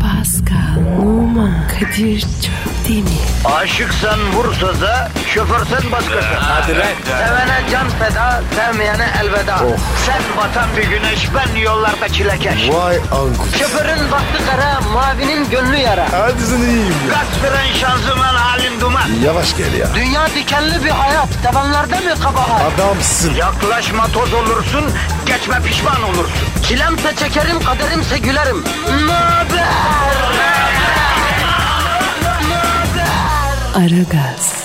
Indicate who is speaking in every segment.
Speaker 1: Pascal, Oman, Kadir çok değil mi?
Speaker 2: Aşıksan vursa da şoförsen başkasın. Hadi
Speaker 3: lan.
Speaker 2: Sevene can feda, sevmeyene elveda. Sen batan bir güneş, ben yollarda çilekeş.
Speaker 3: Vay anku.
Speaker 2: Şoförün baktı kara, mavinin gönlü yara.
Speaker 3: Hadi sen iyiyim ya.
Speaker 2: Kasperen şanzıman halin duman.
Speaker 3: Yavaş gel ya.
Speaker 2: Dünya dikenli bir hayat, sevenlerde mi kabahar?
Speaker 3: Adamsın.
Speaker 2: Yaklaşma toz olursun, geçme pişman olursun. Çilemse çekerim, kaderimse gülerim. Möber!
Speaker 1: Aragaz,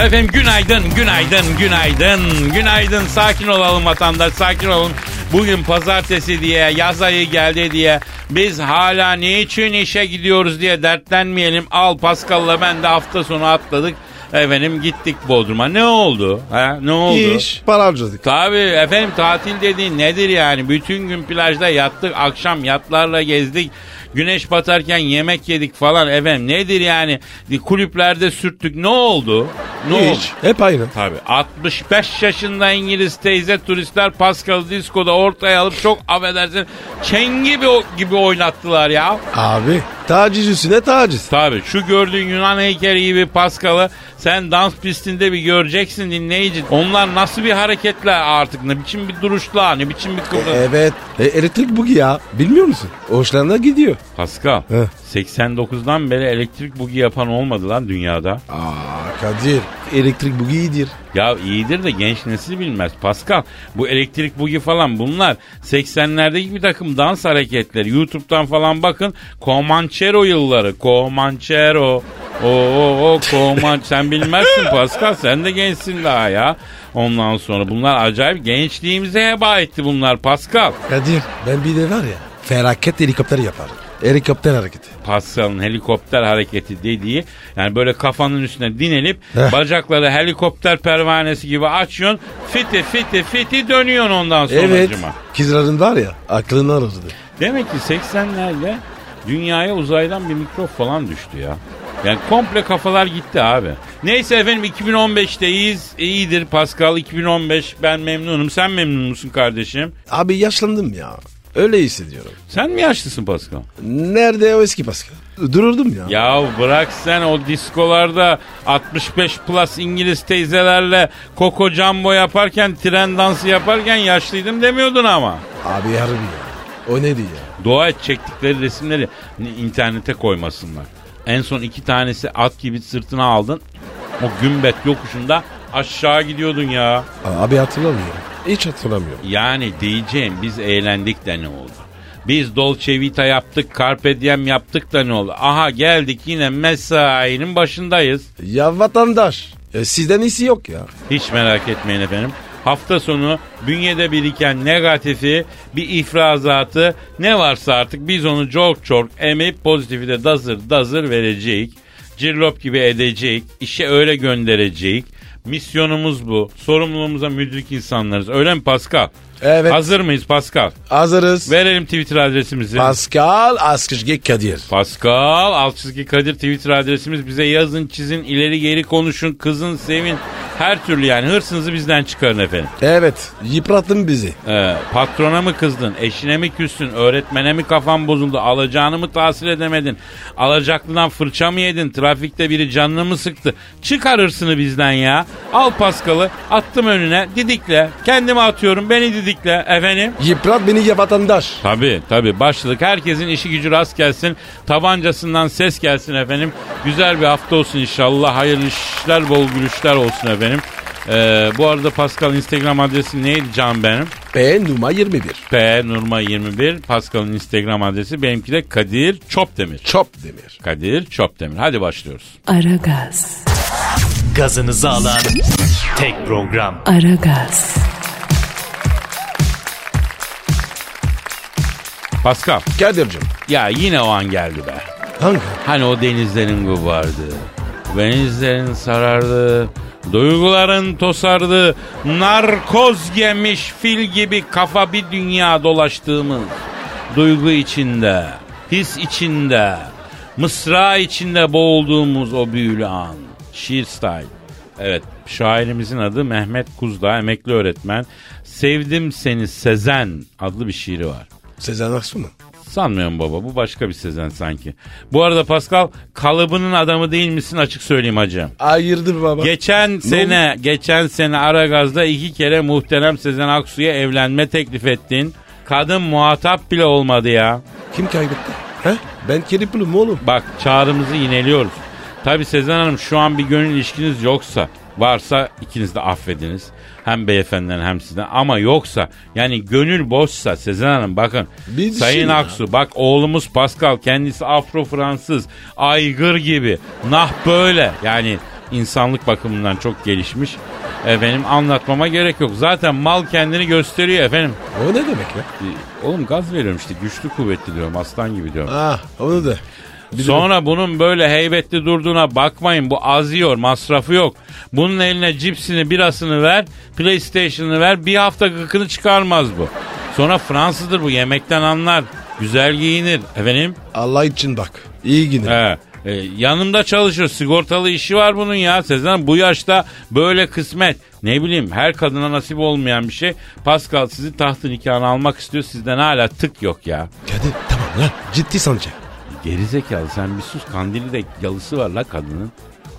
Speaker 4: Efendim günaydın, günaydın, günaydın, günaydın. Sakin olalım vatandaş, sakin olun. Bugün pazartesi diye, yaz ayı geldi diye biz hala niçin işe gidiyoruz diye dertlenmeyelim. Al Pascal'la ben de hafta sonu atladık. Efendim gittik Bodrum'a. Ne oldu? Ha, ne oldu?
Speaker 3: İş. Para harcadık.
Speaker 4: Tabii efendim tatil dediğin nedir yani? Bütün gün plajda yattık, akşam yatlarla gezdik. Güneş batarken yemek yedik falan efendim. Nedir yani? Kulüplerde sürttük. Ne oldu? Ne oldu?
Speaker 3: İş. Hep aynı.
Speaker 4: Tabii 65 yaşında İngiliz teyze turistler Pascal Disco'da ortaya alıp çok affedersin çengi gibi, gibi oynattılar ya.
Speaker 3: Abi. Taciz üstüne taciz.
Speaker 4: Tabii şu gördüğün Yunan heykeli gibi Pascal'ı sen dans pistinde bir göreceksin dinleyici. Onlar nasıl bir hareketle artık ne biçim bir duruşla ne biçim bir kıvrı.
Speaker 3: Evet. E, elektrik bugi ya. Bilmiyor musun? Hoşlarına gidiyor.
Speaker 4: Pascal
Speaker 3: Heh.
Speaker 4: 89'dan beri elektrik bugi yapan olmadı lan dünyada.
Speaker 3: Aa Kadir. Elektrik bugi iyidir.
Speaker 4: Ya iyidir de genç nesil bilmez. Pascal bu elektrik bugi falan bunlar 80'lerdeki bir takım dans hareketleri. YouTube'dan falan bakın. Comanchero yılları. Comanchero. O o o Coman sen bilmezsin Pascal sen de gençsin daha ya. Ondan sonra bunlar acayip gençliğimize heba etti bunlar Pascal.
Speaker 3: Kadir. Ben bir de var ya. Felaket helikopter yaparım. Helikopter hareketi.
Speaker 4: Pascal'ın helikopter hareketi dediği yani böyle kafanın üstüne dinelip
Speaker 3: Heh.
Speaker 4: bacakları helikopter pervanesi gibi açıyorsun fiti fiti fiti dönüyorsun ondan sonra
Speaker 3: Evet. Kızların var ya. Aklını alırdı.
Speaker 4: Demek ki 80'lerle dünyaya uzaydan bir mikrop falan düştü ya. Yani komple kafalar gitti abi. Neyse efendim 2015'teyiz. İyidir Pascal 2015 ben memnunum. Sen memnun musun kardeşim?
Speaker 3: Abi yaşlandım ya. Öyle hissediyorum.
Speaker 4: Sen mi yaşlısın Pascal?
Speaker 3: Nerede o eski Pascal? Dururdum ya.
Speaker 4: Ya bırak sen o diskolarda 65 plus İngiliz teyzelerle Coco Jumbo yaparken tren dansı yaparken yaşlıydım demiyordun ama.
Speaker 3: Abi harbi ya. O neydi ya?
Speaker 4: Dua et çektikleri resimleri ni- internete koymasınlar. En son iki tanesi at gibi sırtına aldın. O gümbet yokuşunda aşağı gidiyordun ya.
Speaker 3: Abi hatırlamıyorum. Hiç hatırlamıyorum.
Speaker 4: Yani diyeceğim biz eğlendik de ne oldu? Biz Dolce Vita yaptık, Carpe Diem yaptık da ne oldu? Aha geldik yine mesainin başındayız.
Speaker 3: Ya vatandaş. e, sizden iyisi yok ya.
Speaker 4: Hiç merak etmeyin efendim. Hafta sonu bünyede biriken negatifi, bir ifrazatı ne varsa artık biz onu çok çok emip pozitifi de dazır dazır verecek. Cirlop gibi edecek, işe öyle gönderecek. Misyonumuz bu. Sorumluluğumuza müdrik insanlarız. Öyle mi Pascal?
Speaker 3: Evet.
Speaker 4: Hazır mıyız Pascal?
Speaker 3: Hazırız.
Speaker 4: Verelim Twitter adresimizi.
Speaker 3: Pascal Askışge Kadir.
Speaker 4: Pascal alt çizgi Kadir Twitter adresimiz bize yazın çizin ileri geri konuşun kızın sevin her türlü yani hırsınızı bizden çıkarın efendim.
Speaker 3: Evet yıprattın bizi.
Speaker 4: Ee, patrona mı kızdın eşine mi küstün öğretmene mi kafan bozuldu alacağını mı tahsil edemedin alacaklıdan fırça mı yedin trafikte biri canını mı sıktı çıkar hırsını bizden ya al Pascal'ı attım önüne didikle kendimi atıyorum beni didikle efendim.
Speaker 3: Yıprat beni ya vatandaş.
Speaker 4: Tabii tabii başladık. Herkesin işi gücü rast gelsin. Tabancasından ses gelsin efendim. Güzel bir hafta olsun inşallah. Hayırlı işler, bol gülüşler olsun efendim. Ee, bu arada Pascal Instagram adresi neydi Can benim?
Speaker 3: P numara 21.
Speaker 4: P Nurma 21. Pascal'ın Instagram adresi benimki de Kadir Çopdemir.
Speaker 3: Çop demir.
Speaker 4: Kadir Çopdemir. Hadi başlıyoruz.
Speaker 1: Aragaz,
Speaker 5: Gazınızı alan tek program.
Speaker 1: Aragaz,
Speaker 4: Pascal
Speaker 3: Kadir'cim.
Speaker 4: ya yine o an geldi be.
Speaker 3: Hangi?
Speaker 4: Hani o denizlerin gubardı. Denizlerin sarardı. Duyguların tosardı. Narkoz yemiş fil gibi kafa bir dünya dolaştığımız. Duygu içinde, his içinde, mısra içinde boğulduğumuz o büyülü an. Şiir style. Evet şairimizin adı Mehmet Kuzdağ emekli öğretmen. Sevdim Seni Sezen adlı bir şiiri var.
Speaker 3: Sezen Aksu mu?
Speaker 4: Sanmıyorum baba bu başka bir Sezen sanki. Bu arada Pascal kalıbının adamı değil misin açık söyleyeyim hacı.
Speaker 3: Hayırdır baba.
Speaker 4: Geçen sene, geçen sene Aragaz'da iki kere muhterem Sezen Aksu'ya evlenme teklif ettin. Kadın muhatap bile olmadı ya.
Speaker 3: Kim kaybetti? He? Ben kedi pulum oğlum.
Speaker 4: Bak çağrımızı yineliyoruz. Tabi Sezen Hanım şu an bir gönül ilişkiniz yoksa varsa ikiniz de affediniz. Hem beyefendiden hem sizden ama yoksa yani gönül boşsa Sezen Hanım bakın
Speaker 3: Bir düşün
Speaker 4: Sayın
Speaker 3: ya.
Speaker 4: Aksu bak oğlumuz Pascal kendisi Afro Fransız aygır gibi nah böyle yani insanlık bakımından çok gelişmiş. Efendim anlatmama gerek yok. Zaten mal kendini gösteriyor efendim.
Speaker 3: O ne demek ya?
Speaker 4: Ee, Oğlum gaz veriyorum işte güçlü kuvvetli diyorum aslan gibi diyorum.
Speaker 3: Ah onu da.
Speaker 4: Sonra bunun böyle heybetli durduğuna bakmayın. Bu az yiyor, masrafı yok. Bunun eline cipsini, birasını ver, PlayStation'ını ver. Bir hafta gıkını çıkarmaz bu. Sonra Fransızdır bu. Yemekten anlar. Güzel giyinir. Efendim?
Speaker 3: Allah için bak. İyi günler.
Speaker 4: He. E, yanımda çalışıyor. Sigortalı işi var bunun ya. Sezen bu yaşta böyle kısmet. Ne bileyim her kadına nasip olmayan bir şey. Pascal sizi tahtın nikahına almak istiyor. Sizden hala tık yok ya.
Speaker 3: Kadir tamam lan ciddi sanacak.
Speaker 4: Gerizekalı sen bir sus kandili de yalısı var la kadının.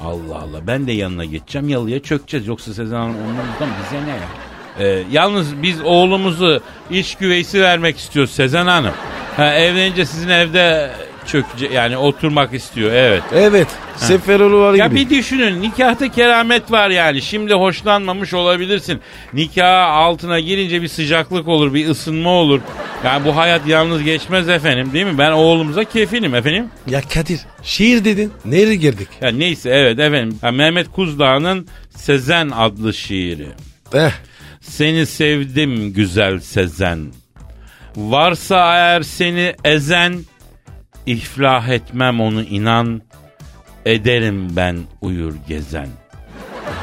Speaker 4: Allah Allah ben de yanına geçeceğim yalıya çökeceğiz yoksa Sezen Hanım ondan bize ne ya? Ee, yalnız biz oğlumuzu iç güveysi vermek istiyoruz Sezen Hanım. Ha, evlenince sizin evde çökecek yani oturmak istiyor evet.
Speaker 3: Evet Seferoğlu var
Speaker 4: Ya
Speaker 3: gibi.
Speaker 4: bir düşünün nikahta keramet var yani. Şimdi hoşlanmamış olabilirsin. Nikah altına girince bir sıcaklık olur, bir ısınma olur. Yani bu hayat yalnız geçmez efendim değil mi? Ben oğlumuza kefilim efendim.
Speaker 3: Ya Kadir şiir dedin. Nereye girdik?
Speaker 4: Ya neyse evet efendim. Ya Mehmet Kuzdağ'ın Sezen adlı şiiri.
Speaker 3: Eh.
Speaker 4: Seni sevdim güzel Sezen. Varsa eğer seni ezen, iflah etmem onu inan, ederim ben uyur gezen.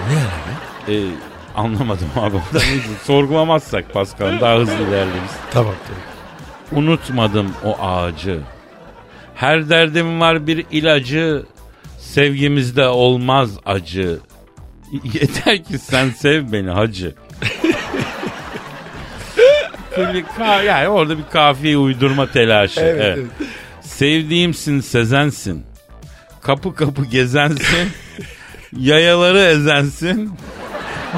Speaker 4: Ne abi? anlamadım abi. O da neyse, Sorgulamazsak Pascal daha hızlı ilerleriz.
Speaker 3: Tamam tamam.
Speaker 4: Unutmadım o ağacı. Her derdim var bir ilacı. Sevgimizde olmaz acı. Yeter ki sen sev beni hacı. Böyle ka- yani orada bir kafiye uydurma telaşı. Evet. Sevdiğimsin Sezensin. Kapı kapı gezensin. yayaları ezensin.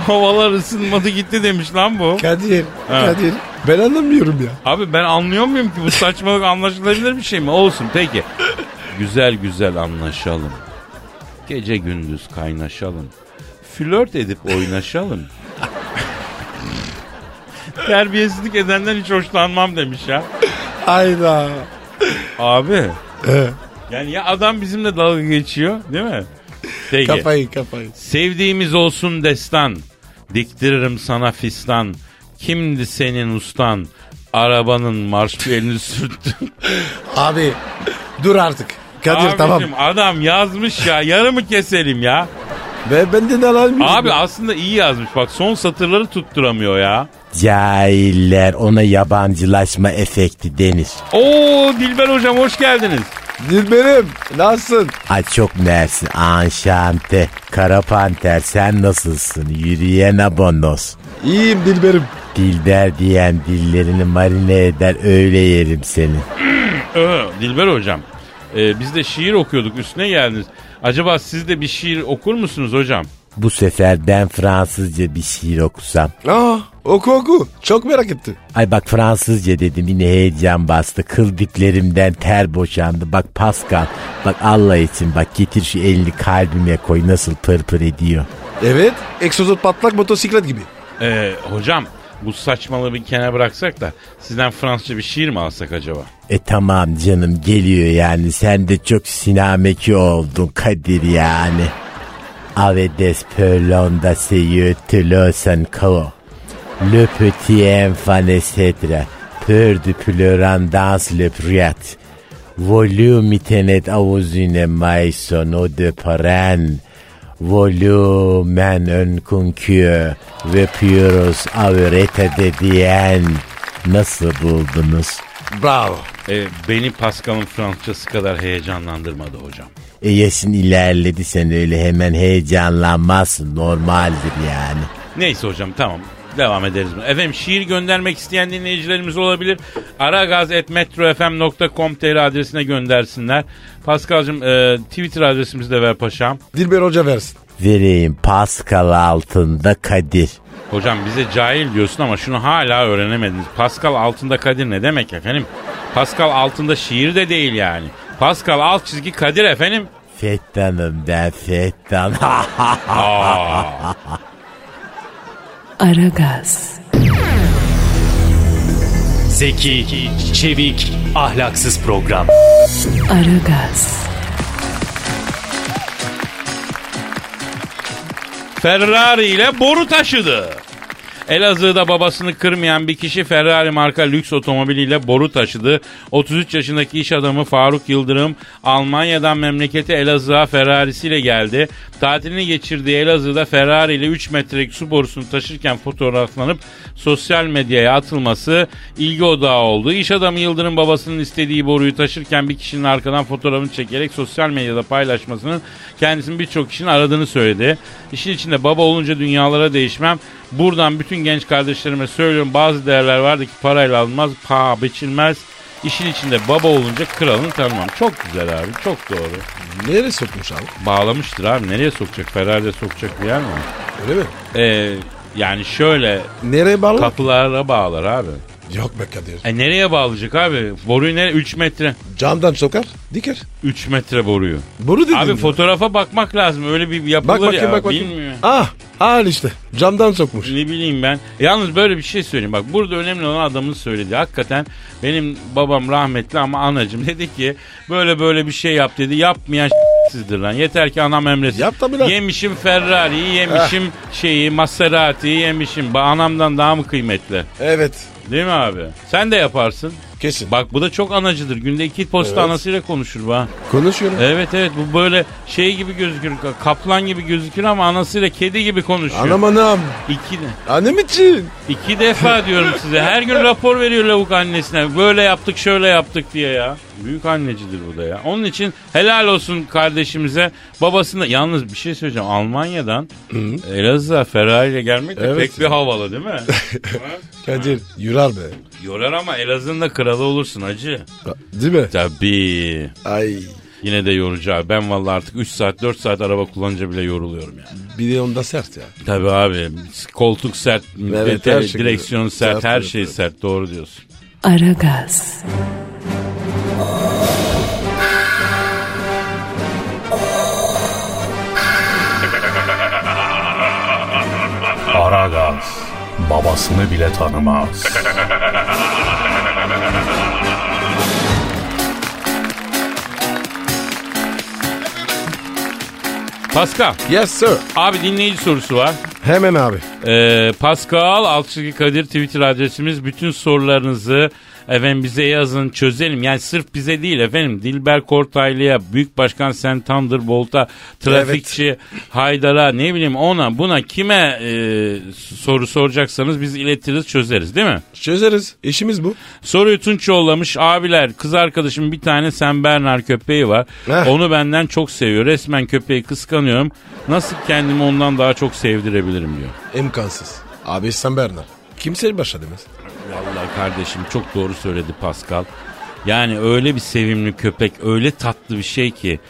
Speaker 4: Havalar ısınmadı gitti demiş lan bu.
Speaker 3: Kadir. Kadir. Ben anlamıyorum ya.
Speaker 4: Abi ben anlıyor muyum ki bu saçmalık anlaşılabilir bir şey mi? Olsun peki. Güzel güzel anlaşalım. Gece gündüz kaynaşalım. Flört edip oynaşalım. Terbiyesizlik edenden hiç hoşlanmam demiş ya.
Speaker 3: Ayda.
Speaker 4: Abi. Yani ya adam bizimle dalga geçiyor değil mi? Peki.
Speaker 3: Kafayı kafayı.
Speaker 4: Sevdiğimiz olsun destan. Diktiririm sana fistan. Kimdi senin ustan? Arabanın marşpiyelini sürttün.
Speaker 3: Abi dur artık. Kadir
Speaker 4: Abicim,
Speaker 3: tamam.
Speaker 4: adam yazmış ya yarımı keselim ya.
Speaker 3: Ve benden alamıyorum.
Speaker 4: Abi aslında iyi yazmış bak son satırları tutturamıyor ya.
Speaker 6: Cahiller ona yabancılaşma efekti denir.
Speaker 4: Oo Dilber hocam hoş geldiniz.
Speaker 3: Dilberim nasılsın?
Speaker 6: Ay çok mersin anşante. Kara panter sen nasılsın? Yürüyen abonos.
Speaker 3: İyiyim Dilberim.
Speaker 6: Dilber diyen dillerini marine eder öyle yerim seni.
Speaker 4: Ee, Dilber hocam e, biz de şiir okuyorduk üstüne geldiniz. Acaba siz de bir şiir okur musunuz hocam?
Speaker 6: Bu sefer ben Fransızca bir şiir okusam.
Speaker 3: Aa, Ah, oku oku. Çok merak ettim.
Speaker 6: Ay bak Fransızca dedim yine heyecan bastı. Kıl diplerimden ter boşandı. Bak Pascal bak Allah için bak getir şu elini kalbime koy nasıl pırpır ediyor.
Speaker 3: Evet. Egzozu patlak motosiklet gibi.
Speaker 4: Ee, hocam bu saçmalığı bir kenara bıraksak da sizden Fransızca bir şiir mi alsak acaba?
Speaker 6: E tamam canım geliyor yani sen de çok sinameki oldun Kadir yani. Ave des perlons da seyü tülösen kao. Le petit enfant etc. Peur de pleuran dans le priat. Volume itenet avuzine maison o de paren. Volumen ön kunkü ve püros avrete de diyen. Nasıl buldunuz?
Speaker 3: Bravo.
Speaker 4: E, Ee, beni Pascal'ın Fransızcası kadar heyecanlandırmadı hocam.
Speaker 6: E yaşın ilerledi sen öyle hemen heyecanlanmazsın normaldir yani.
Speaker 4: Neyse hocam tamam. Devam ederiz. buna. Efendim şiir göndermek isteyen dinleyicilerimiz olabilir. aragaz.metrofm.com.tr adresine göndersinler. Paskal'cığım e, Twitter adresimizi de ver paşam.
Speaker 3: Dilber Hoca versin.
Speaker 6: Vereyim Pascal altında Kadir.
Speaker 4: Hocam bize cahil diyorsun ama şunu hala öğrenemediniz. Pascal altında Kadir ne demek efendim? Pascal altında şiir de değil yani. Pascal alt çizgi Kadir efendim.
Speaker 6: Fettanım ben Fettan.
Speaker 1: Aragaz,
Speaker 5: Zeki, çevik, ahlaksız program.
Speaker 1: Aragaz,
Speaker 4: Ferrari ile boru taşıdı. Elazığ'da babasını kırmayan bir kişi Ferrari marka lüks otomobiliyle boru taşıdı. 33 yaşındaki iş adamı Faruk Yıldırım Almanya'dan memleketi Elazığ'a Ferrari'siyle geldi. Tatilini geçirdiği Elazığ'da Ferrari ile 3 metrelik su borusunu taşırken fotoğraflanıp sosyal medyaya atılması ilgi odağı oldu. İş adamı Yıldırım babasının istediği boruyu taşırken bir kişinin arkadan fotoğrafını çekerek sosyal medyada paylaşmasının kendisini birçok kişinin aradığını söyledi. İşin içinde baba olunca dünyalara değişmem. Buradan bütün genç kardeşlerime söylüyorum bazı değerler vardı ki parayla alınmaz, paha biçilmez. İşin içinde baba olunca kralını tanımam. Çok güzel abi, çok doğru.
Speaker 3: Nereye sokmuş abi?
Speaker 4: Bağlamıştır abi. Nereye sokacak? Ferrari'de sokacak bir yer mi?
Speaker 3: Öyle mi?
Speaker 4: Ee, yani şöyle
Speaker 3: Nereye bağlı?
Speaker 4: kapılara bağlar abi.
Speaker 3: Yok be Kadir.
Speaker 4: E nereye bağlayacak abi? Boruyu nereye? 3 metre.
Speaker 3: Camdan sokar, diker.
Speaker 4: 3 metre boruyu.
Speaker 3: Boru dedin
Speaker 4: Abi
Speaker 3: mi?
Speaker 4: fotoğrafa bakmak lazım. Öyle bir yapılır
Speaker 3: Bak bakayım
Speaker 4: ya.
Speaker 3: bak bakayım.
Speaker 4: Bilmiyorum.
Speaker 3: Ah, al işte. Camdan sokmuş.
Speaker 4: Ne bileyim ben. Yalnız böyle bir şey söyleyeyim. Bak burada önemli olan adamın söyledi. Hakikaten benim babam rahmetli ama anacım dedi ki böyle böyle bir şey yap dedi. Yapmayan sizdir lan. Yeter ki anam emretsin.
Speaker 3: Yap tabii lan. Eh.
Speaker 4: Yemişim Ferrari'yi, yemişim şeyi, Maserati'yi yemişim. Ba anamdan daha mı kıymetli?
Speaker 3: Evet.
Speaker 4: Değil mi abi? Sen de yaparsın.
Speaker 3: Kesin.
Speaker 4: Bak bu da çok anacıdır. Günde iki posta anasıyla konuşur bu ha.
Speaker 3: Konuşuyorum.
Speaker 4: Evet evet bu böyle şey gibi gözükür. ka- Kaplan gibi gözükür ama anasıyla kedi gibi konuşuyor.
Speaker 3: Anam anam.
Speaker 4: İki de.
Speaker 3: Annem için.
Speaker 4: İki defa diyorum size. Her gün rapor veriyor lavuk annesine. Böyle yaptık şöyle yaptık diye ya. Büyük annecidir bu da ya. Onun için helal olsun kardeşimize. Babasına yalnız bir şey söyleyeceğim. Almanya'dan Elazığ'a Ferrari ile gelmek de
Speaker 3: Evet.
Speaker 4: pek bir havalı değil mi? Ha?
Speaker 3: Kadir, yurar be.
Speaker 4: Yorar ama Elazığ'ın da kralı olursun acı.
Speaker 3: Değil mi?
Speaker 4: Tabii.
Speaker 3: Ay.
Speaker 4: Yine de yorucu abi. Ben vallahi artık 3 saat 4 saat araba kullanınca bile yoruluyorum ya.
Speaker 3: Bir de onda sert ya.
Speaker 4: Tabii abi. Koltuk sert,
Speaker 3: Evet,
Speaker 4: dete-
Speaker 3: her şey
Speaker 4: direksiyon sert,
Speaker 3: sert,
Speaker 4: her
Speaker 3: evet,
Speaker 4: şey
Speaker 3: evet.
Speaker 4: sert. Doğru diyorsun.
Speaker 1: Aragaz,
Speaker 7: Aragaz babasını bile tanımaz.
Speaker 4: Pascal.
Speaker 3: Yes sir.
Speaker 4: Abi dinleyici sorusu var.
Speaker 3: Hemen abi.
Speaker 4: Ee, Pascal Alçıgı Kadir Twitter adresimiz. Bütün sorularınızı efendim bize yazın çözelim. Yani sırf bize değil efendim. Dilber Kortaylı'ya, Büyük Başkan Sen Thunderbolt'a, Trafikçi Haydar'a ne bileyim ona buna kime e, soru soracaksanız biz iletiriz çözeriz değil mi?
Speaker 3: Çözeriz. İşimiz bu.
Speaker 4: Soruyu Tunç yollamış. Abiler kız arkadaşım bir tane Sen Bernard köpeği var.
Speaker 3: Heh.
Speaker 4: Onu benden çok seviyor. Resmen köpeği kıskanıyorum. Nasıl kendimi ondan daha çok sevdirebilirim diyor.
Speaker 3: İmkansız. Abi sen Berna. Kimse başa demez.
Speaker 4: Vallahi kardeşim çok doğru söyledi Pascal. Yani öyle bir sevimli köpek, öyle tatlı bir şey ki.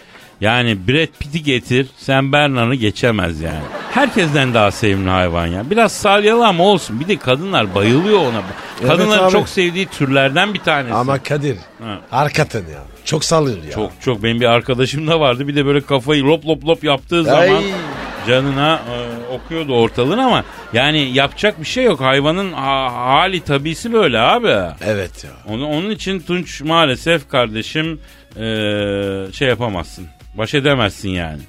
Speaker 4: Yani Brad Pitt'i getir, sen Bernard'ı geçemez yani. Herkesten daha sevimli hayvan ya. Biraz salyalı ama olsun. Bir de kadınlar bayılıyor ona. Kadınların
Speaker 3: abi.
Speaker 4: çok sevdiği türlerden bir tanesi.
Speaker 3: Ama Kadir.
Speaker 4: Ha.
Speaker 3: Arkaten ya. Çok sallıyor ya.
Speaker 4: Çok çok benim bir arkadaşım da vardı. Bir de böyle kafayı lop lop lop yaptığı zaman
Speaker 3: Ay.
Speaker 4: canına e, okuyordu ortalığın ama yani yapacak bir şey yok. Hayvanın ha- hali tabisi böyle abi.
Speaker 3: Evet ya.
Speaker 4: Onu, onun için Tunç maalesef kardeşim eee, şey yapamazsın. Baş edemezsin yani.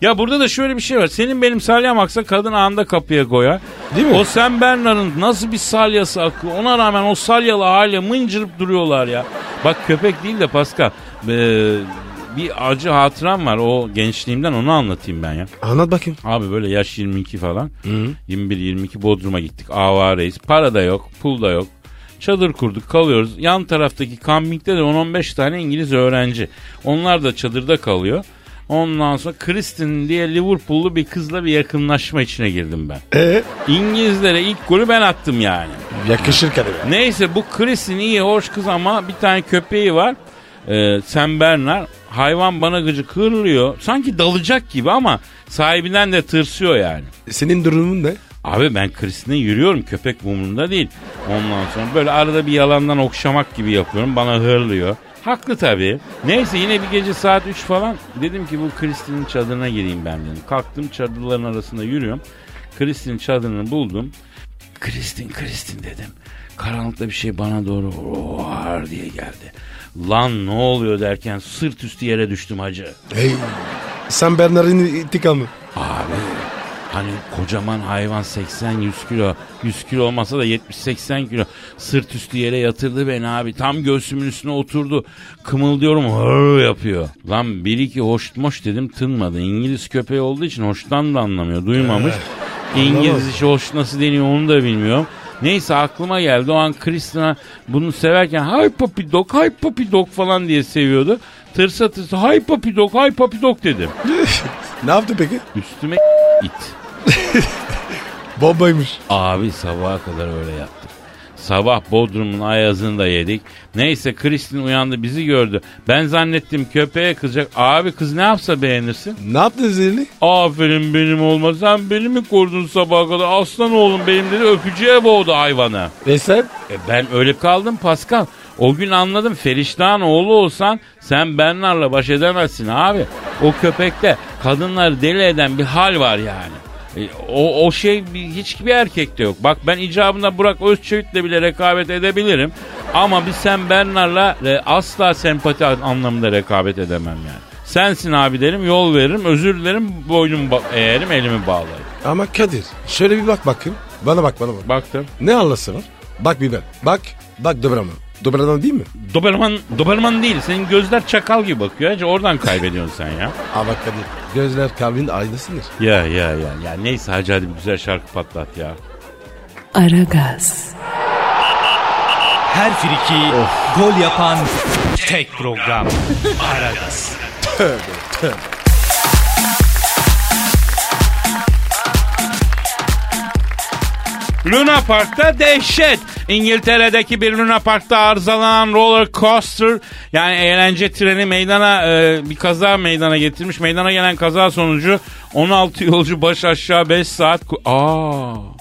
Speaker 4: Ya burada da şöyle bir şey var. Senin benim salyam aksa kadın anında kapıya koyar.
Speaker 3: Değil mi?
Speaker 4: O sen Bernard'ın nasıl bir salyası aklı. Ona rağmen o salyalı hale mıncırıp duruyorlar ya. Bak köpek değil de Pascal. eee, bir acı hatıram var o gençliğimden onu anlatayım ben ya.
Speaker 3: Anlat bakayım.
Speaker 4: Abi böyle yaş 22 falan. 21-22 Bodrum'a gittik. Avareyiz. Para da yok, pul da yok. Çadır kurduk kalıyoruz. Yan taraftaki kampingde de 10-15 tane İngiliz öğrenci. Onlar da çadırda kalıyor. Ondan sonra Kristin diye Liverpool'lu bir kızla bir yakınlaşma içine girdim ben.
Speaker 3: Ee?
Speaker 4: İngilizlere ilk golü ben attım yani.
Speaker 3: Yakışır kademe.
Speaker 4: Neyse bu Chris'in iyi hoş kız ama bir tane köpeği var. Ee, Sam Bernard. Hayvan bana gıcık hırlıyor. Sanki dalacak gibi ama sahibinden de tırsıyor yani.
Speaker 3: Senin durumun ne?
Speaker 4: Abi ben Chris'ine yürüyorum köpek umurumda değil. Ondan sonra böyle arada bir yalandan okşamak gibi yapıyorum bana hırlıyor. Haklı tabii. Neyse yine bir gece saat 3 falan dedim ki bu Kristin'in çadırına gireyim ben dedim. Kalktım çadırların arasında yürüyorum. Kristin'in çadırını buldum. Kristin Kristin dedim. Karanlıkta bir şey bana doğru var diye geldi. Lan ne oluyor derken sırt üstü yere düştüm hacı.
Speaker 3: Hey. Sen Bernard'ın intikamı.
Speaker 4: Abi hani kocaman hayvan 80-100 kilo. 100 kilo olmasa da 70-80 kilo. Sırt üstü yere yatırdı beni abi. Tam göğsümün üstüne oturdu. Kımıldıyorum hır yapıyor. Lan bir iki hoşmoş dedim tınmadı. İngiliz köpeği olduğu için hoştan da anlamıyor. Duymamış. İngiliz işi hoş nasıl deniyor onu da bilmiyorum. Neyse aklıma geldi o an Kristina bunu severken hay papi dog hay papi dog falan diye seviyordu. Tırsa tırsa hay papi dog hay papi dog dedim.
Speaker 3: ne yaptı peki?
Speaker 4: Üstüme it.
Speaker 3: Bombaymış.
Speaker 4: Abi sabaha kadar öyle yaptık. Sabah Bodrum'un ayazını da yedik. Neyse Kristin uyandı bizi gördü. Ben zannettim köpeğe kızacak. Abi kız ne yapsa beğenirsin.
Speaker 3: Ne yaptın Zeli?
Speaker 4: Aferin benim olma. Sen beni mi korudun sabaha kadar? Aslan oğlum benim dedi öpücüğe boğdu hayvanı.
Speaker 3: E sen?
Speaker 4: E ben öyle kaldım Pascal. O gün anladım Feriştah'ın oğlu olsan sen Bernard'la baş edemezsin abi. O köpekte kadınları deli eden bir hal var yani. E, O, o şey bir- hiçbir erkekte yok. Bak ben icabında Burak Özçevit'le bile rekabet edebilirim. Ama bir sen Bernard'la e, asla sempati anlamında rekabet edemem yani. Sensin abi derim yol veririm özür dilerim boynumu ba- eğerim elimi bağlarım.
Speaker 3: Ama Kadir şöyle bir bak bakayım. Bana bak bana bak.
Speaker 4: Baktım.
Speaker 3: Ne Allah'sı var? Bak bir ben. Bak. Bak Doberman. Doberman değil mi?
Speaker 4: Doberman, Doberman değil. Senin gözler çakal gibi bakıyor. Hacı oradan kaybediyorsun sen ya.
Speaker 3: Ama Kadir gözler kalbin aynasıdır.
Speaker 4: Ya ya ya. Ya neyse hacı hadi bir güzel şarkı patlat ya.
Speaker 1: Aragaz,
Speaker 5: Her friki gol yapan tek program. Aragaz.
Speaker 4: Luna Park'ta dehşet. İngiltere'deki bir Luna Park'ta arızalanan roller coaster yani eğlence treni meydana e, bir kaza meydana getirmiş. Meydana gelen kaza sonucu 16 yolcu baş aşağı 5 saat ku- Aa.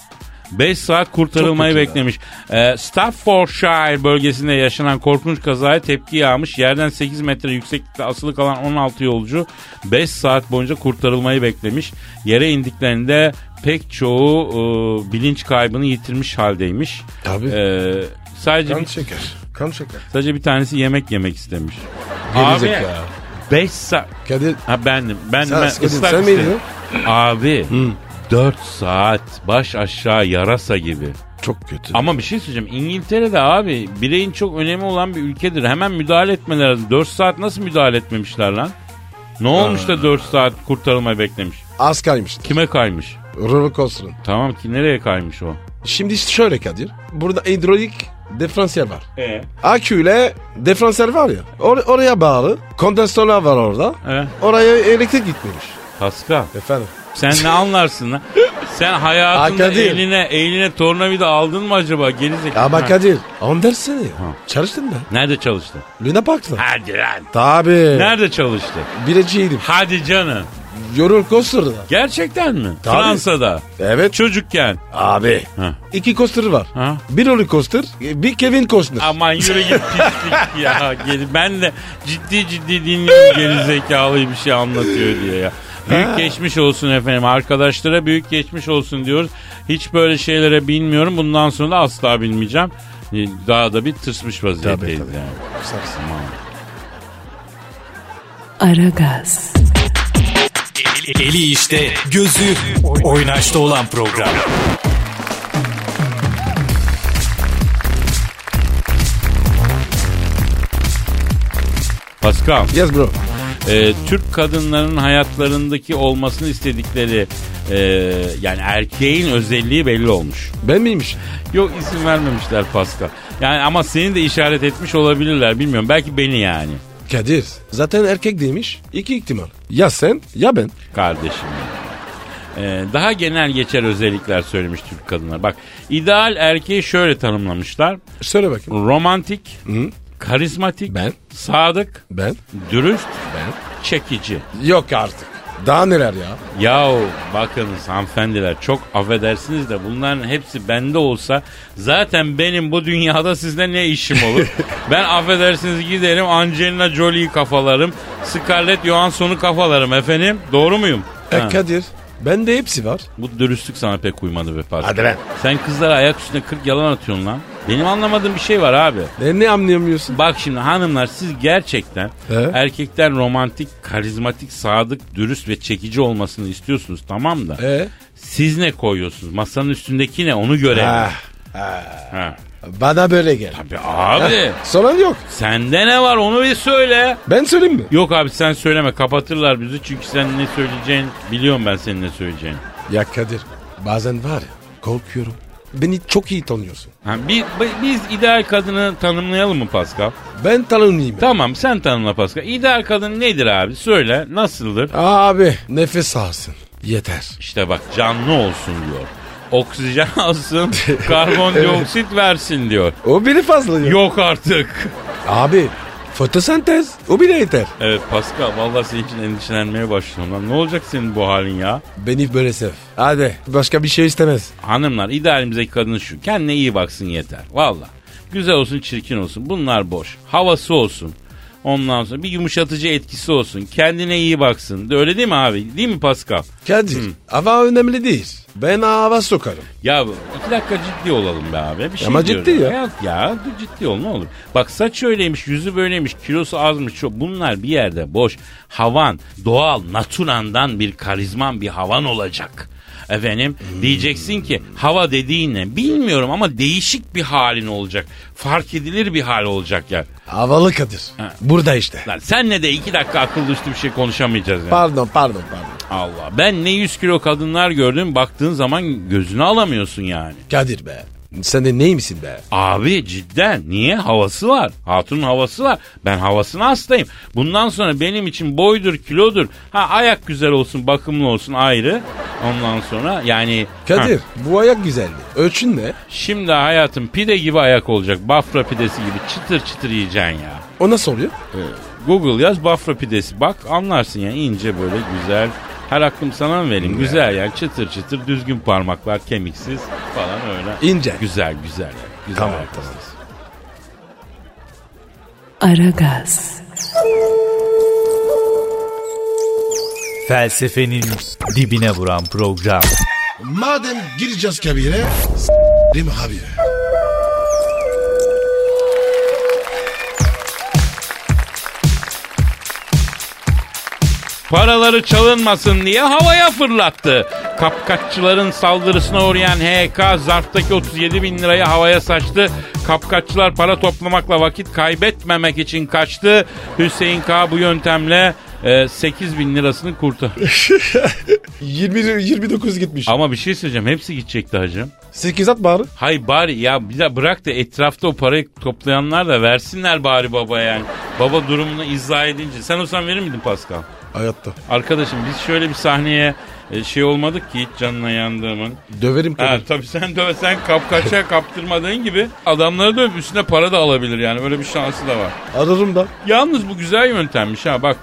Speaker 4: 5 saat kurtarılmayı beklemiş. Ee, Staffordshire bölgesinde yaşanan korkunç kazaya tepki yağmış. Yerden 8 metre yükseklikte asılı kalan 16 yolcu 5 saat boyunca kurtarılmayı beklemiş. Yere indiklerinde pek çoğu e, bilinç kaybını yitirmiş haldeymiş.
Speaker 3: Tabii.
Speaker 4: Ee, sadece bir,
Speaker 3: şeker. Kan şeker.
Speaker 4: sadece bir tanesi yemek yemek istemiş.
Speaker 3: Gelecek ya.
Speaker 4: 5 saat
Speaker 3: Kadir
Speaker 4: Ha bendim. Ben,
Speaker 3: Sen
Speaker 4: ben
Speaker 3: sıkıldın,
Speaker 4: ıslak
Speaker 3: sen
Speaker 4: istedim.
Speaker 3: miydin
Speaker 4: Abi 4 saat baş aşağı yarasa gibi.
Speaker 3: çok kötü.
Speaker 4: Ama bir şey söyleyeceğim. İngiltere'de abi bireyin çok önemi olan bir ülkedir. Hemen müdahale etmeleri lazım. 4 saat nasıl müdahale etmemişler lan? Ne olmuş da 4 saat kurtarılmayı beklemiş?
Speaker 3: Az kaymıştı.
Speaker 4: Kime kaymış?
Speaker 3: Roller coaster'ın.
Speaker 4: Tamam ki nereye kaymış o?
Speaker 3: Şimdi şöyle Kadir. Burada hidrolik diferansiyel var.
Speaker 4: E.
Speaker 3: Aküyle diferansiyel var ya. or- oraya bağlı. Kondansatörler var orada. Oraya elektrik gitmemiş.
Speaker 4: Pascal
Speaker 3: Efendim.
Speaker 4: sen ne anlarsın lan? Sen hayatında
Speaker 3: Hakikaten.
Speaker 4: eline eline tornavida aldın mı acaba? Gerizekalı.
Speaker 3: Ama
Speaker 4: Ha.
Speaker 3: Kadir. 14 sene ya.
Speaker 4: Ha.
Speaker 3: Çalıştın ben.
Speaker 4: Nerede çalıştın?
Speaker 3: Luna Park'ta.
Speaker 4: Hadi lan.
Speaker 3: Tabii.
Speaker 4: Nerede çalıştın?
Speaker 3: Biriciydim.
Speaker 4: Hadi canım.
Speaker 3: Yorul coaster'da.
Speaker 4: Gerçekten mi?
Speaker 3: Tabii.
Speaker 4: Fransa'da.
Speaker 3: Evet.
Speaker 4: Çocukken.
Speaker 3: Abi.
Speaker 4: Ha.
Speaker 3: İki coaster var.
Speaker 4: Ha.
Speaker 3: Bir roller coaster, bir Kevin Costner.
Speaker 4: Aman yürü git pislik ya. Gel- Ben de ciddi ciddi dinliyorum gerizekalıyı bir şey anlatıyor diye ya. Büyük geçmiş olsun efendim. Arkadaşlara büyük geçmiş olsun diyoruz. Hiç böyle şeylere bilmiyorum. Bundan sonra da asla bilmeyeceğim. Ee, Daha da bir tırsmış vaziyetteyiz
Speaker 3: tabii.
Speaker 4: yani.
Speaker 1: Aragaz,
Speaker 5: Eli, eli işte, gözü oynaşta olan program.
Speaker 4: Pascal,
Speaker 3: Yes bro.
Speaker 4: e, Türk kadınların hayatlarındaki olmasını istedikleri e, yani erkeğin özelliği belli olmuş.
Speaker 3: Ben miymiş?
Speaker 4: Yok isim vermemişler Pascal. Yani ama seni de işaret etmiş olabilirler bilmiyorum. Belki beni yani.
Speaker 3: Kadir zaten erkek demiş. İki ihtimal. Ya sen ya ben.
Speaker 4: kardeşim. Ee, daha genel geçer özellikler söylemiş Türk kadınlar. Bak ideal erkeği şöyle tanımlamışlar.
Speaker 3: Söyle bakayım.
Speaker 4: Romantik, karizmatik,
Speaker 3: Ben.
Speaker 4: sadık,
Speaker 3: Ben.
Speaker 4: dürüst,
Speaker 3: Ben.
Speaker 4: çekici.
Speaker 3: Yok artık. Daha neler ya?
Speaker 4: Yahu bakınız hanımefendiler çok affedersiniz de bunların hepsi bende olsa zaten benim bu dünyada sizde ne işim olur? ben affedersiniz giderim Angelina Jolie'yi kafalarım, Scarlett Johansson'u kafalarım efendim. Doğru muyum?
Speaker 3: E
Speaker 4: Ha.
Speaker 3: Kadir bende hepsi var.
Speaker 4: Bu dürüstlük sana pek uymadı be Pascal.
Speaker 3: Hadi lan.
Speaker 4: Sen kızlara ayak üstüne 40 yalan atıyorsun lan. Benim anlamadığım bir şey var abi.
Speaker 3: E, ne anlayamıyorsun?
Speaker 4: Bak şimdi hanımlar siz gerçekten
Speaker 3: He?
Speaker 4: erkekten romantik, karizmatik, sadık, dürüst ve çekici olmasını istiyorsunuz tamam da.
Speaker 3: E?
Speaker 4: Siz ne koyuyorsunuz? Masanın üstündeki ne onu görelim.
Speaker 3: Ah,
Speaker 4: Ha.
Speaker 3: bana böyle gel.
Speaker 4: Abi, abi
Speaker 3: Soran yok.
Speaker 4: sende ne var onu bir söyle.
Speaker 3: Ben söyleyeyim mi?
Speaker 4: Yok abi sen söyleme kapatırlar bizi çünkü sen ne söyleyeceğini biliyorum ben senin ne söyleyeceğini.
Speaker 3: Ya Kadir bazen var ya korkuyorum. Beni çok iyi tanıyorsun.
Speaker 4: Ha, bi- bi- biz ideal kadını tanımlayalım mı Pascal?
Speaker 3: Ben tanımlıyım.
Speaker 4: Tamam sen tanımla Pascal. İdeal kadın nedir abi? Söyle nasıldır?
Speaker 3: Abi nefes alsın. Yeter.
Speaker 4: İşte bak canlı olsun diyor. Oksijen alsın, karbondioksit versin diyor.
Speaker 3: O bile fazla. ya.
Speaker 4: Yok artık.
Speaker 3: Abi fotosentez o bile yeter.
Speaker 4: Evet Pascal vallahi senin için endişelenmeye başlıyorum lan. Ne olacak senin bu halin ya?
Speaker 3: Beni böyle sev. Hadi başka bir şey istemez.
Speaker 4: Hanımlar idealimizdeki kadın şu. Kendine iyi baksın yeter. Valla. Güzel olsun çirkin olsun. Bunlar boş. Havası olsun. Ondan sonra bir yumuşatıcı etkisi olsun. Kendine iyi baksın. De öyle değil mi abi? Değil mi Pascal?
Speaker 3: Kadir
Speaker 4: Hmm.
Speaker 3: hava önemli değil. Ben hava sokarım.
Speaker 4: Ya iki dakika ciddi olalım be abi. Bir şey
Speaker 3: Ama
Speaker 4: diyorum.
Speaker 3: ciddi ya.
Speaker 4: Hayat ya dur ciddi ol ne olur. Bak saç öyleymiş, yüzü böyleymiş, kilosu azmış. Çok. Bunlar bir yerde boş. Havan, doğal, naturandan bir karizman bir havan olacak. Efendim
Speaker 3: Hmm.
Speaker 4: diyeceksin ki hava dediğin ne bilmiyorum ama değişik bir halin olacak. Fark edilir bir hal olacak ya.
Speaker 3: Havalı Kadir.
Speaker 4: Ha.
Speaker 3: Burada işte.
Speaker 4: Lan senle de iki dakika akıllı üstü bir şey konuşamayacağız yani.
Speaker 3: Pardon pardon pardon.
Speaker 4: Allah ben ne 100 kilo kadınlar gördüm baktığın zaman gözünü alamıyorsun yani.
Speaker 3: Kadir be. Sen de neymişsin be?
Speaker 4: Abi cidden niye havası var? Hatunun havası var. Ben havasına hastayım. Bundan sonra benim için boydur, kilodur. Ha ayak güzel olsun, bakımlı olsun ayrı. Ondan sonra yani
Speaker 3: Kadir
Speaker 4: Ha,
Speaker 3: bu ayak güzeldi. Ölçün ne?
Speaker 4: şimdi hayatım pide gibi ayak olacak. Bafra pidesi gibi çıtır çıtır yiyeceksin ya.
Speaker 3: O nasıl oluyor?
Speaker 4: Google yaz bafra pidesi bak anlarsın ya ince böyle güzel. Her hakkım sana mı vereyim? Güzel yani çıtır çıtır düzgün parmaklar kemiksiz falan öyle.
Speaker 3: İnce.
Speaker 4: Güzel güzel. güzel
Speaker 3: Tamam,
Speaker 4: ayak.
Speaker 3: tamam.
Speaker 1: Aragaz,
Speaker 5: Felsefenin dibine vuran program.
Speaker 3: Madem gireceğiz kabire, s**rim habire.
Speaker 4: Paraları çalınmasın diye havaya fırlattı. Kapkaççıların saldırısına uğrayan HK zarftaki 37 bin lirayı havaya saçtı. Kapkaççılar para toplamakla vakit kaybetmemek için kaçtı. Hüseyin K bu yöntemle 8 bin lirasını kurtar.
Speaker 3: 20, 29 gitmiş.
Speaker 4: Ama bir şey söyleyeceğim hepsi gidecekti hacım.
Speaker 3: 8 at bari.
Speaker 4: Hay bari ya bir de bırak da etrafta o parayı toplayanlar da versinler bari baba yani. Baba durumunu izah edince. Sen olsan verir miydin Pascal?
Speaker 3: Hayatta.
Speaker 4: Arkadaşım biz şöyle bir sahneye e, şey olmadık ki hiç canına yandığımın.
Speaker 3: Döverim
Speaker 4: Ha,
Speaker 3: Kadir.
Speaker 4: tabii sen de sen kapkaça kaptırmadığın gibi adamları da üstüne para da alabilir yani öyle bir şansı da var.
Speaker 3: Ararım da.
Speaker 4: Yalnız bu güzel yöntemmiş ha bak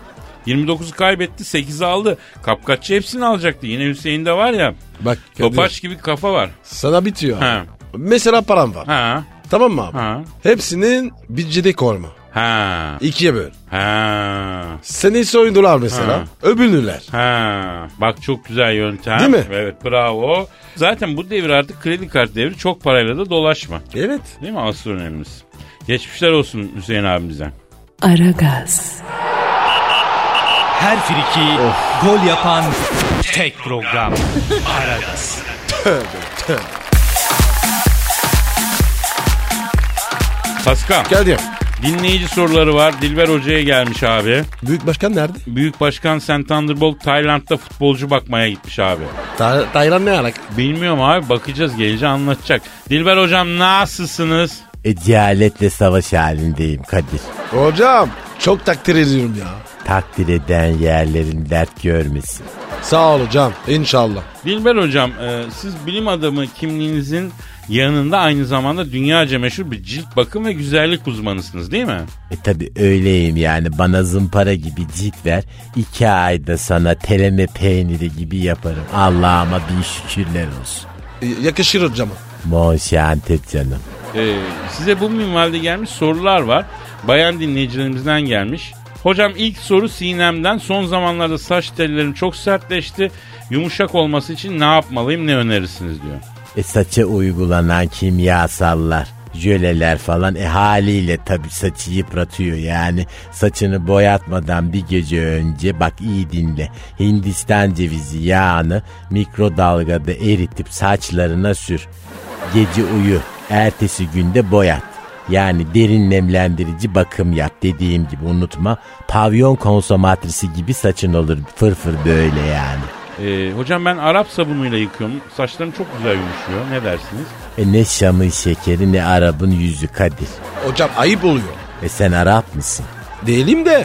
Speaker 4: 29'u kaybetti 8'i aldı. Kapkaççı hepsini alacaktı. Yine Hüseyin'de var ya.
Speaker 3: Bak Kadir,
Speaker 4: Topaç gibi kafa var.
Speaker 3: sana bitiyor.
Speaker 4: Ha.
Speaker 3: Mesela param var.
Speaker 4: Ha.
Speaker 3: Tamam mı abi?
Speaker 4: Ha.
Speaker 3: Hepsinin bütçede korma.
Speaker 4: Ha.
Speaker 3: İkiye böl.
Speaker 4: Ha.
Speaker 3: Seni soyundular mesela.
Speaker 4: Ha.
Speaker 3: Öbürlüler.
Speaker 4: Ha, bak çok güzel yöntem.
Speaker 3: Değil mi?
Speaker 4: Evet bravo. Zaten bu devir artık kredi kart devri çok parayla da dolaşma.
Speaker 3: Evet.
Speaker 4: Değil mi asıl önemlimiz? Geçmişler olsun Hüseyin abimize.
Speaker 1: Aragaz,
Speaker 5: Her friki gol yapan tek program. Aragaz.
Speaker 4: Paskal
Speaker 3: Kadir.
Speaker 4: dinleyici soruları var. Dilber Hoca'ya gelmiş abi.
Speaker 3: Büyük başkan nerede?
Speaker 4: Büyük Başkan Sen Thunderbolt Tayland'da futbolcu bakmaya gitmiş abi.
Speaker 3: Ta Taylan ne alak?
Speaker 4: Bilmiyorum abi bakacağız gelince anlatacak. Dilber Hocam nasılsınız?
Speaker 6: E, cehaletle savaş halindeyim Kadir.
Speaker 3: Hocam Çok takdir ediyorum ya.
Speaker 6: Takdir eden yerlerin dert görmesin.
Speaker 3: Sağ ol hocam inşallah.
Speaker 4: Dilber hocam e, siz bilim adamı kimliğinizin yanında aynı zamanda dünyaca meşhur bir cilt bakım ve güzellik uzmanısınız değil mi?
Speaker 6: E tabi öyleyim yani bana zımpara gibi cilt ver. iki ayda sana teleme peyniri gibi yaparım. Allah'ıma bin şükürler olsun.
Speaker 3: E, Yakışır hocama.
Speaker 6: Monşantep canım.
Speaker 4: E, size bu minvalde gelmiş sorular var. Bayan dinleyicilerimizden gelmiş. Hocam ilk soru Sinem'den son zamanlarda saç tellerim çok sertleşti. Yumuşak olması için ne yapmalıyım ne önerirsiniz diyor.
Speaker 6: E saça uygulanan kimyasallar, jöleler falan e haliyle tabi saçı yıpratıyor yani. Saçını boyatmadan bir gece önce bak iyi dinle. Hindistan cevizi yağını mikrodalgada eritip saçlarına sür. Gece uyu, ertesi günde boyat. Yani derin nemlendirici bakım yap dediğim gibi unutma. Pavyon konsomatrisi gibi saçın olur fırfır böyle yani.
Speaker 4: E, hocam ben Arap sabunuyla yıkıyorum. Saçlarım çok güzel yumuşuyor. Ne dersiniz?
Speaker 6: E ne Şam'ın şekeri ne Arap'ın yüzü Kadir.
Speaker 3: Hocam ayıp oluyor.
Speaker 6: E sen Arap mısın?
Speaker 3: Değilim de.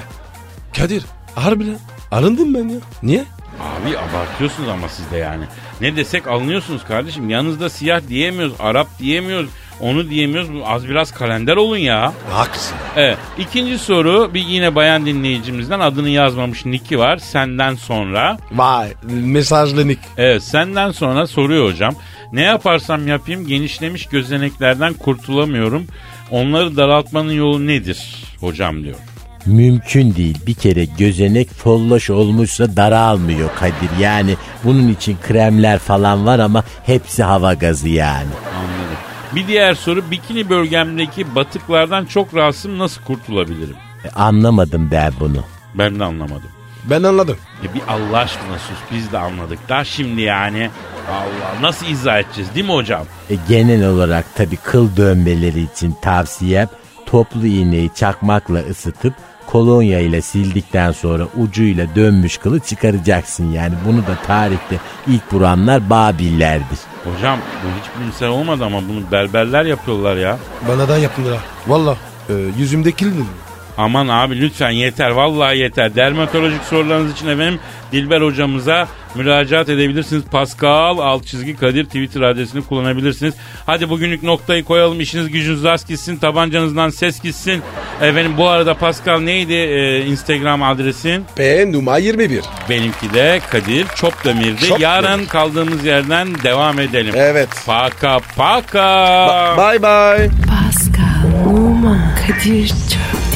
Speaker 3: Kadir harbiden arındım ben ya. Niye?
Speaker 4: Abi abartıyorsunuz ama siz de yani. Ne desek alınıyorsunuz kardeşim. Yanınızda siyah diyemiyoruz, Arap diyemiyoruz, onu diyemiyoruz. Bu Az biraz kalender olun ya.
Speaker 3: Haklısın.
Speaker 4: Evet. İkinci soru bir yine bayan dinleyicimizden adını yazmamış Niki var. Senden sonra.
Speaker 3: Vay mesajlınik.
Speaker 4: Evet senden sonra soruyor hocam. Ne yaparsam yapayım genişlemiş gözeneklerden kurtulamıyorum. Onları daraltmanın yolu nedir hocam diyor.
Speaker 6: Mümkün değil. Bir kere gözenek folloş olmuşsa daralmıyor Kadir. Yani bunun için kremler falan var ama hepsi hava gazı yani.
Speaker 4: Anladım. Bir diğer soru bikini bölgemdeki batıklardan çok rahatsızım nasıl kurtulabilirim?
Speaker 6: E, anlamadım ben bunu.
Speaker 4: Ben de anlamadım.
Speaker 3: Ben anladım.
Speaker 4: Ya bir Allah aşkına sus biz de anladık. Daha şimdi yani Allah nasıl izah edeceğiz değil mi hocam?
Speaker 6: E, genel olarak tabii kıl dönmeleri için tavsiyem toplu iğneyi çakmakla ısıtıp kolonya ile sildikten sonra ucuyla dönmüş kılı çıkaracaksın. Yani bunu da tarihte ilk vuranlar Babillerdir.
Speaker 4: Hocam bu hiç bilimsel olmadı ama bunu berberler yapıyorlar ya.
Speaker 3: Bana da yaptılar. Valla e, yüzümde kil dedim.
Speaker 4: Aman abi lütfen yeter vallahi yeter. Dermatolojik sorularınız için efendim Dilber hocamıza müracaat edebilirsiniz. Pascal alt çizgi Kadir Twitter adresini kullanabilirsiniz. Hadi bugünlük noktayı koyalım. İşiniz gücünüz rast gitsin. Tabancanızdan ses gitsin. Efendim bu arada Pascal neydi e, Instagram adresin?
Speaker 3: P numara 21.
Speaker 4: Benimki de Kadir Çopdemir'di.
Speaker 3: Çopdemir.
Speaker 4: Yarın kaldığımız yerden devam edelim.
Speaker 3: Evet.
Speaker 4: Paka paka.
Speaker 3: Bye bye.
Speaker 1: Pascal, Oman, Kadir çok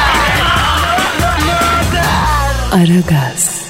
Speaker 1: Aragaz.